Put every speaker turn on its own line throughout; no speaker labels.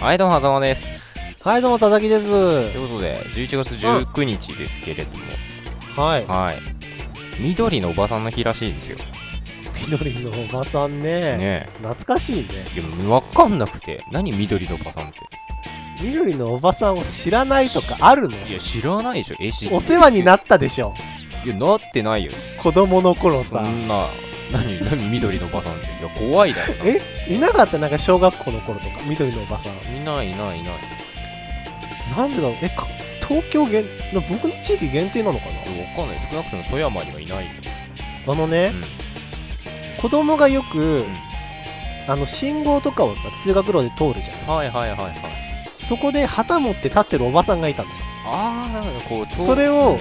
はい、どうも、はざまです。
はい、どうも、佐々木です。
ということで、11月19日ですけれども、
はい。
はい。緑のおばさんの日らしいんですよ。
緑のおばさんね。
ね
懐かしいね。
え。いや、わかんなくて、何緑のおばさんって。
緑のおばさんを知らないとかあるの
いや、知らないでしょ、え、知って
お世話になったでしょ。
いや、なってないよ。
子供の頃
そ
さ。
んな、何、何、緑のおばさんって。いや、怖いだろな。
えいなかったなんか小学校の頃とか、緑のおばさん。
いないいないいない。
なんでだろうえ、か東京限、な僕の地域限定なのか
いやわかんない。少なくとも富山にはいないよ。
なあの
う
ね、
ん。
子供がよく
う、ん
あの、信号とかをさ、通学路で通るじゃん。
はいはいはいはい。
そこで旗持って立ってるおばさんがいたの。
あー、なんかこう、ちょう
それを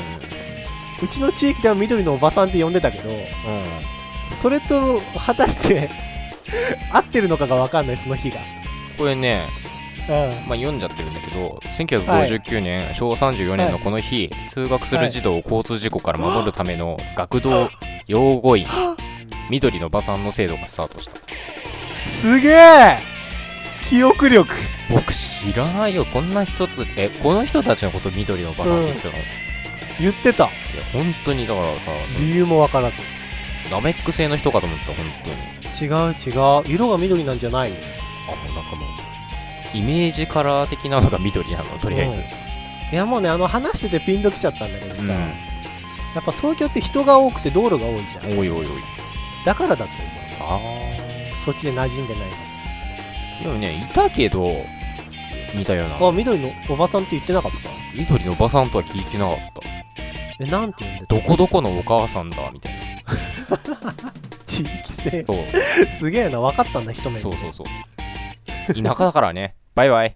う
うちの地域では緑のおばさんって呼んでたけど、
んうん
それと果たして 合ってるのかが分かんないその日が
これね、
うん
まあ、読んじゃってるんだけど1959年、昭和34年のこの日、通学する児童を交通事故から守るための学童養護院緑の馬さんの制度がスタートした
すげえ記憶力
僕知らないよこんな人つえこの人たちのこと緑の馬さんって言ってたの、い
言ってた
や本当にだからさ
理由も分からず
ナメック星の人かと思った本当に
違う違う色が緑なんじゃない
あもうなんかもうイメージカラー的なのが緑なのとりあえず、
うんいやもうねあの話しててピンときちゃったんだけどさ、
うん
やっぱ東京って人が多くて道路が多いじゃん
おいおいおい
だからだと思うよ
あ
そっちで馴染んでないか
あでもねいたけど似たよう
らあ
な
緑のおばさんって言ってなかった
緑の馬さんとは聞いてなかった
えなんて言うんだ
どこどこのお母さんだみたいな。
地域性
そう
すげえな分かったんだ一目で
そうそうそう。田舎だからね。バイバイ。